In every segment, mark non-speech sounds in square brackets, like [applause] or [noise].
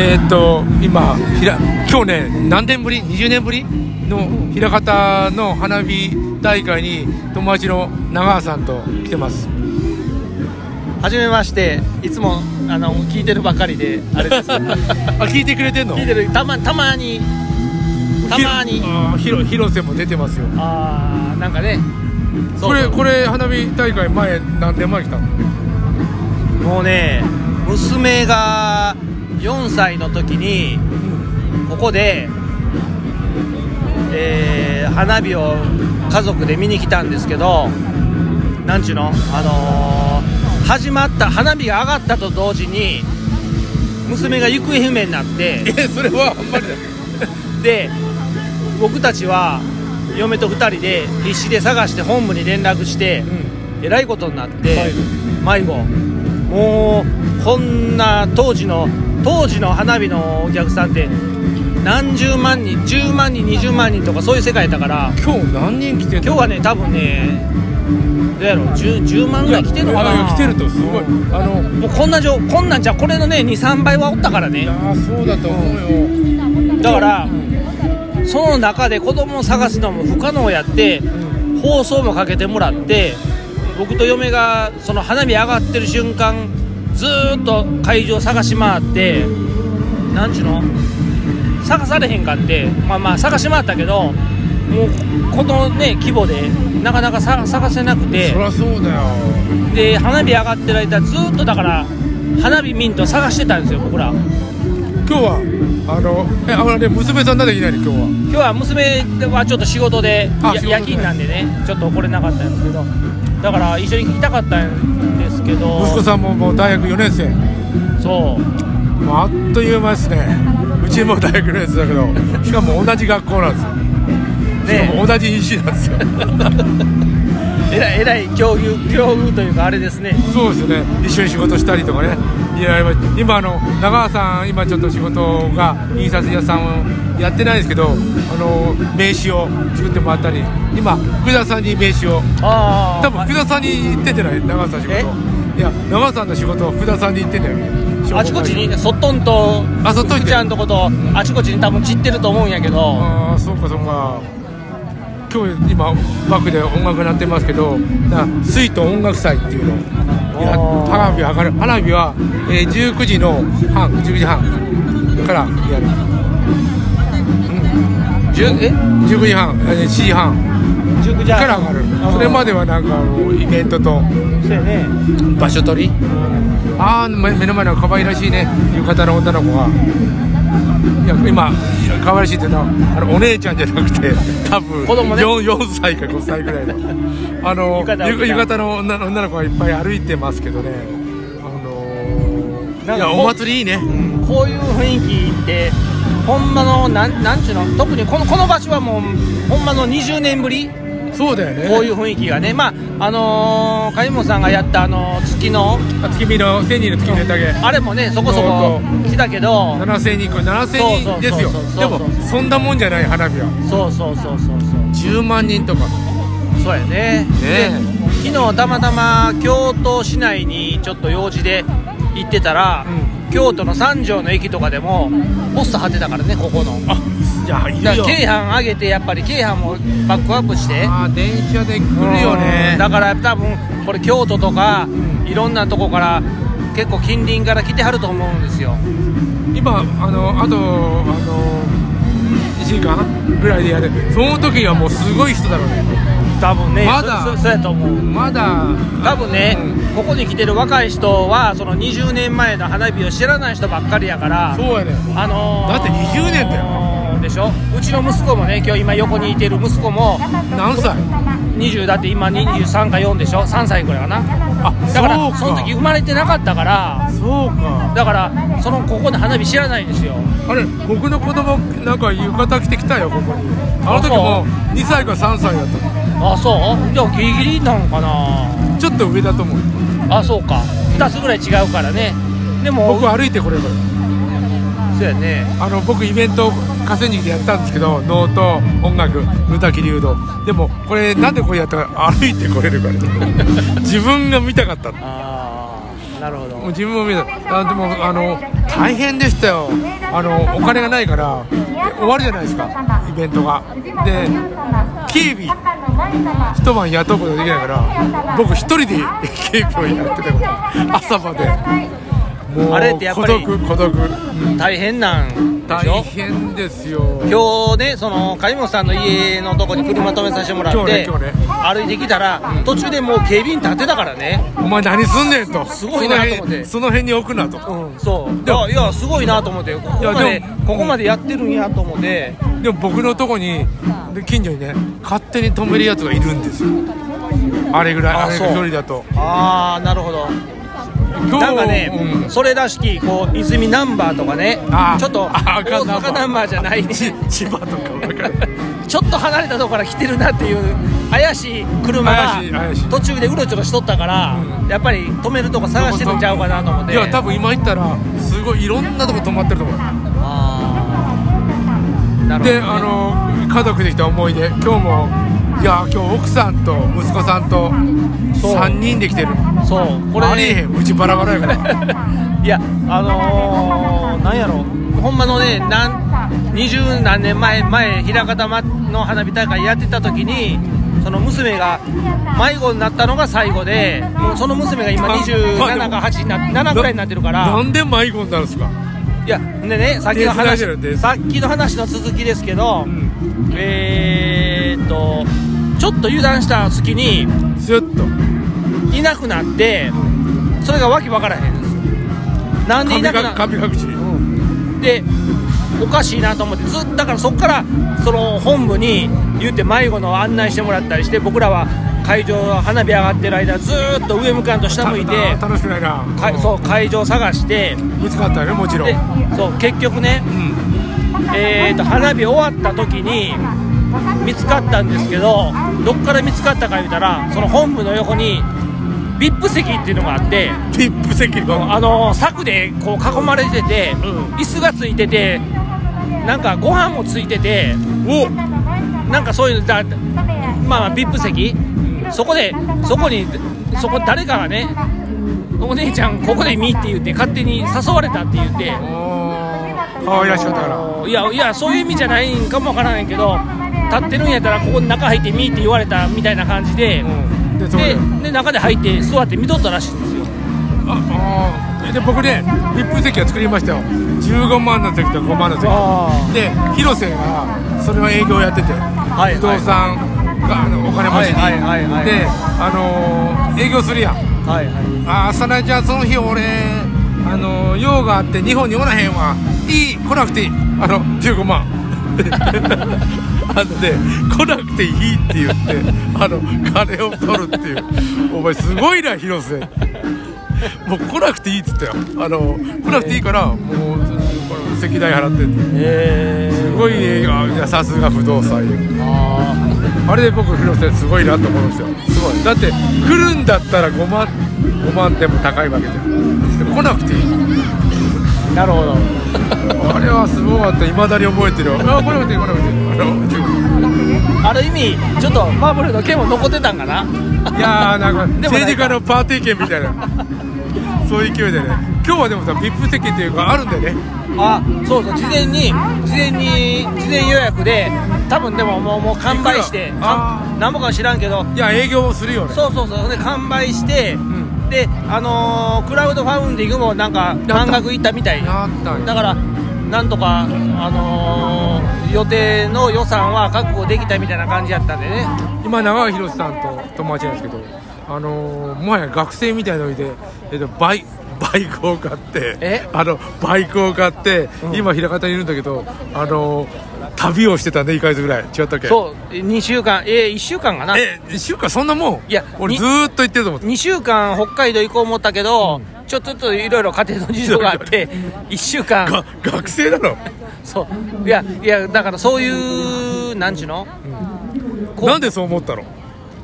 えーっと今ひら今日ね何年ぶり20年ぶりの枚方の花火大会に友達の長川さんと来て [laughs] ますはじめましていつもあの聞いてるばかりであれです [laughs] 聞あ聞いてくれてんのいてるたまたまにたまにひろあーひろ広瀬も出てますよあーなんかねそうこれこれ花火大会前何年前来たのもうね娘が4歳の時にここで、えー花火を家族で見に来たんですけどなんちゅうの、あのー始まった花火が上がったと同時に娘が行方不明になってえそれはあんまりだで僕たちは嫁と2人で必死で探して本部に連絡して。えらいことになって迷子もうこんな当時の当時の花火のお客さんって何十万人10万人20万人とかそういう世界だから今日何人来てんの今日はね多分ねどうやろう 10, 10万ぐらい来てるのかいやいなや来てるとすごいあのもうこんな状こんなんじゃこれのね23倍はおったからいねやーそうだと思うよ、だからその中で子供を探すのも不可能やって放送もかけてもらって僕と嫁がその花火上がってる瞬間ずーっと会場探し回ってなんちゅうの探されへんかってまあまあ探し回ったけどもうこのね規模でなかなかさ探せなくてそりゃそうだよで花火上がってる間ずーっとだから花火ミント探してたんですよ僕ら今日はあのえあれ娘さんなんでいないの今日は今日は娘はちょっと仕事であや仕事で夜勤なんでねちょっと来れなかったんですけどだから一緒に聞きたかったんですけど息子さんももう大学4年生そうもうあっという間ですねうちも大学4年生だけどしかも同じ学校なんですよ、しかねも同じ EC なんですよえらいえらい境遇境遇というかあれですねそうですね一緒に仕事したりとかねいややっぱり今あの長川さん今ちょっと仕事が印刷屋さんをやってないですけどあの名刺を作ってもらったり今福田さんに名刺をああ多分福田さんに言ってんじゃない長さん仕事えいや長さんの仕事は福田さんに言ってんだよあちこちにそっとんとあそっとんと福ちゃんとことあちこちに多分散ってると思うんやけどああそうかそうか今日今バックで音楽なってますけどな水と音楽祭っていうのをやあー花火上がる花火は、えー19時の半19時半からやるじゅえ19時半えー7時半19じゃから上がるそれまではなんかもうイベントとそうやね場所取りああ目の前の可愛らしいね浴衣の女の子がいや今いや可愛らしいっていうのはあのお姉ちゃんじゃなくて多分子供ね 4, 4歳か5歳ぐらいのあの浴衣を着たゆ浴衣の女の女の子がいっぱい歩いてますけどねあのー、なんいかやこお祭りいいねこういう雰囲気ってほんまのなんなんちゅうの特にこのこの場所はもうほんまの20年ぶりそうだよねこういうう雰囲気がね、まああのー、カリモさんがやった、あのー月の、月見の千人の月見の宴あれもね、そこそこ来たけど、 7000人これ7000人ですよそうそうそうそうでもそんなもんじゃない花火はそうそうそうそうそう、 10万人とかそうやね、ねで昨日たまたま京都市内にちょっと用事で行ってたら、う京都の三条の駅とかでも、ポスター貼ってたからね、ここの。あいやいだから京阪上げて、やっぱり京阪もバックアップして。あー電車で来るよねだから多分これ京都とかいろんなとこから結構近隣から来てはると思うんですよ今あのあとあの1時間ぐらいでやるその時はもうすごい人だろうね多分ねまだそそそうやと思うまだ多分ね、うんここに来てる若い人はその20年前の花火を知らない人ばっかりやからそうやねあのー、だって20年だよでしょうちの息子もね今日今横にいてる息子も何歳20だって今23か4でしょ3歳ぐらいかなあだからそうかその時生まれてなかったからそうかだからそのここの花火知らないんですよあれ僕の子供なんか浴衣着てきたよここにあの時も2歳か3歳だったあそうじゃあギリギリなのかなちょっと上だと思うあそうか2つぐらい違うからねでも僕歩いてこれるからそうやねあの僕イベント河川敷でやったんですけど能と音楽宇滝竜道でもこ [laughs] れなんでこれやったか歩いてこれるから自分が見たかったあなるほもうど自分も見たあでもあの大変でしたよあのお金がないからで終わるじゃないですかイベントがで警備一晩雇うことができないから僕一人で警備をやってたから朝までもうあれってやっぱり孤独孤独大変なんでし大ょ変ですよ今日ねその梶本さんの家のとこに車止めさせてもらって、今日ね今日ね歩いてきたら途中でもう警備員立ってたからね、お前何すんねんとすごいなと思そのって辺その辺に置くなと、そういでもやいやすごいなと思ってここいまやででもここまでやってるんやと思ってでも僕のとこにで近所にね勝手に止めるやつがいるんですよあれぐらいああれそう距離だとああなるほど今日なんかね、うんそれらしきこう泉ナンバーとかねあーちょっとあー大赤ナンバー阪ナンバーじゃないねち千葉とかわかる [laughs] ちょっと離れたとこから来てるなっていう怪しい車が怪しい怪しい途中でうろちょろしとったから、やっぱり止めるとこ探してるんちゃうかなと思っていいや多分今行ったらすごいいろんなとこ泊まってると思うあーなるほど、であの家族で来た思い出今日もいや今日奥さんと息子さんとそう3人で来てるそうこありえれ、へね、んうちバラバラやから [laughs] いやあのー、なんやろほんまのねなん二十何年前前枚方の花火大会やってた時にその娘が迷子になったのが最後でもうその娘が今あ27か8にな7くらいになってるからなんで迷子になるんですかいやでねさっきの手伝いしてる話手さっきの話の続きですけど、うんえー、っとちょっと油断した隙にスッといなくなってそれがわけわからへんんですなんで神いなくがなっ神隠しておかしいなと思ってずっとだからそこからその本部に言って迷子の案内してもらったりして僕らは会場花火上がってる間ずーっと上向かんと下向いてた楽しくないなかそう会場探してぶつかったよねもちろんでそう結局ねうんえー、と花火終わった時に見つかったんですけどどっから見つかったか言うたらその本部の横に VIP 席っていうのがあってピップ席があの柵でこう囲まれてて、ん椅子がついててなんかご飯もついてておなんかそういうだまあ VIP 席そこでそこにそこ誰かがねお姉ちゃんここで見って言って勝手に誘われたって言って可愛らしかったからいやいやそういう意味じゃないんかもわからないけど立ってるんやったらここ中入ってみいって言われたみたいな感じで、うんでそれでで中で入って座って見とったらしいんですよああーで僕ね VIP 席は作りましたよ15万の席と5万の席あで広瀬がそれは営業やってて、いはい伊藤さんがあのお金持ちに、はいはいはいはいであのー営業するやんはいはああ早苗ちゃんその日俺あのー用があって日本におらへんわいい来なくていいあの15万 [laughs] あって来なくていいって言ってあの金を取るっていうお前すごいな広瀬もう来なくていいっつったよあの来なくていいからもうこの席代払ってってえすごい映画いやさすが不動産あれで僕広瀬すごいなと思うんですよすごいだって来るんだったら5万5万でも高いわけじゃんでも来なくていいなるほどあれはすごかったいまだに覚えてるよあ来なくていい来なくていいあの十分ある意味ちょっとバブルの件も残ってたんかないやーなんかでもない政治家のパーティー券みたいなそういう勢いでね今日はでもさ VIP 席っていうかあるんだよねあそうそう事前に事前に事前予約で多分でももうもう完売していくらあー何もかも知らんけどいや営業もするよねそうそうそうで完売して、んであのークラウドファウンディングもなんやかった満額いったみたいやったんやだからなんとかあのー予定の予算は確保できたみたいな感じやったんでね今長尾博さんと友達なんですけどあのーもはや学生みたいなので、えっと、バイ [laughs] バイクを買ってえあのバイクを買って、今枚方にいるんだけどあのー旅をしてたね1ヶ月ぐらい違ったっけそう2週間えー、1週間かなえ一週間そんなもんいや俺にずーっと行ってると思って2週間北海道行こう思ったけど、ちょっとちょっといろいろ家庭の事情があって1週間が [laughs] 学生だろそういやいやだからそういうなんちゅうの、こなんでそう思ったの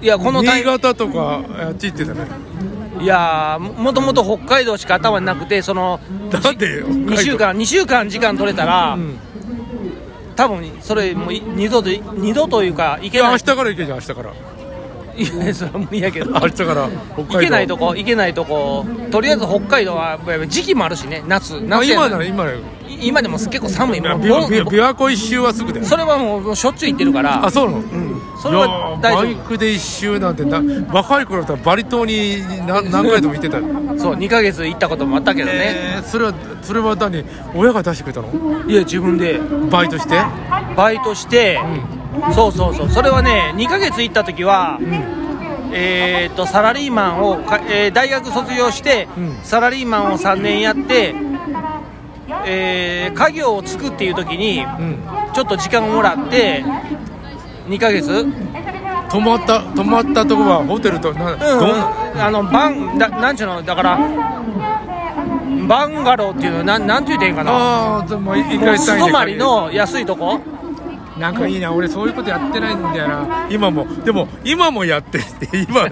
いやこのタ新イミング潟とかあっち行ってたねいやーももともと北海道しか頭になくてそのなんでよ2週間2週間時間取れたら、ん多分それもうい二度と二度というか行いけやな明い日から行けじゃん明日からいやそれは無理やけどあっちから北海道行けないとこ行けないとことりあえず北海道はやっぱ時期もあるしね夏まあ夏や今ななら今だよ今でも結構寒いもう琵琶ぼ琵琶琵琶湖一周はすぐだよそれはもうしょっちゅう行ってるからあそうなのそれはいや大バイ丈クで一周なんてな若い頃だったらバリ島に [laughs] 何何回でも行ってたよ夫そう2ヶ月行ったこともあったけどね、えーそれはそれは何親が出してくれたのいや自分でバイトしてバイトして、そうそうそうそれはね2ヶ月行った時は、えーっとサラリーマンをか、えー大学卒業して、うんサラリーマンを3年やって、えー家業をつくっていう時にうんちょっと時間をもらって2ヶ月泊まった泊まったとこはホテルとな、うん、どんなあのバンだなんちゅうのだからバンガローっていうのなんなんて言うていいんかなああでも一回素泊まりの安いとこなんかいいな俺そういうことやってないんだよな今もでも今もやってるって [laughs] 今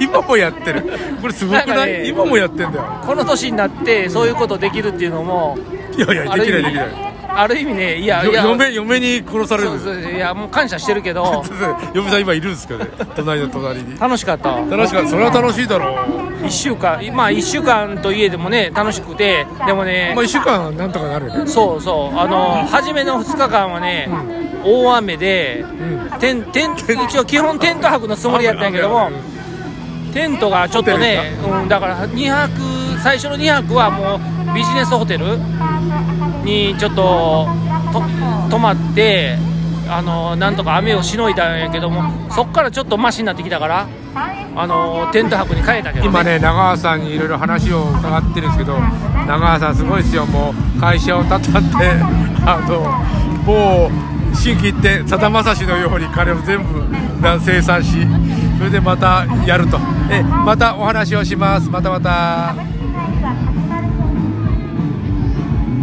今もやってるこれすごくなんかない、ね今もやってんだよこの年になってそういうことできるっていうのもいやいやあでるきないで意味きないある意味ねいやいよや嫁嫁に殺されるそうそういやもう感謝してるけど嫁さん今いるんですけどね隣の隣に楽しかった [laughs] 楽しかったそれは楽しいだろう1週間まあ1週間といえでもね楽しくてでもねまあ1週間なんとかなるよねそうそうあの初めの2日間はね大雨でうんテンテン一応基本テント泊のつもりやったんやけどもテントがちょっとね、うん、だから2泊最初の2泊はもうビジネスホテルにちょっとと泊まってあのなんとか雨をしのいだんやけどもそっからちょっとマシになってきたからあのテント泊に変えたけど、ね、今ね長川さんにいろいろ話を伺ってるんですけど長川さんすごいですよもう会社を畳んであのもう新規一転さだまさしのように彼を全部な生産しそれでまたやるとえまたお話をしますまたまた。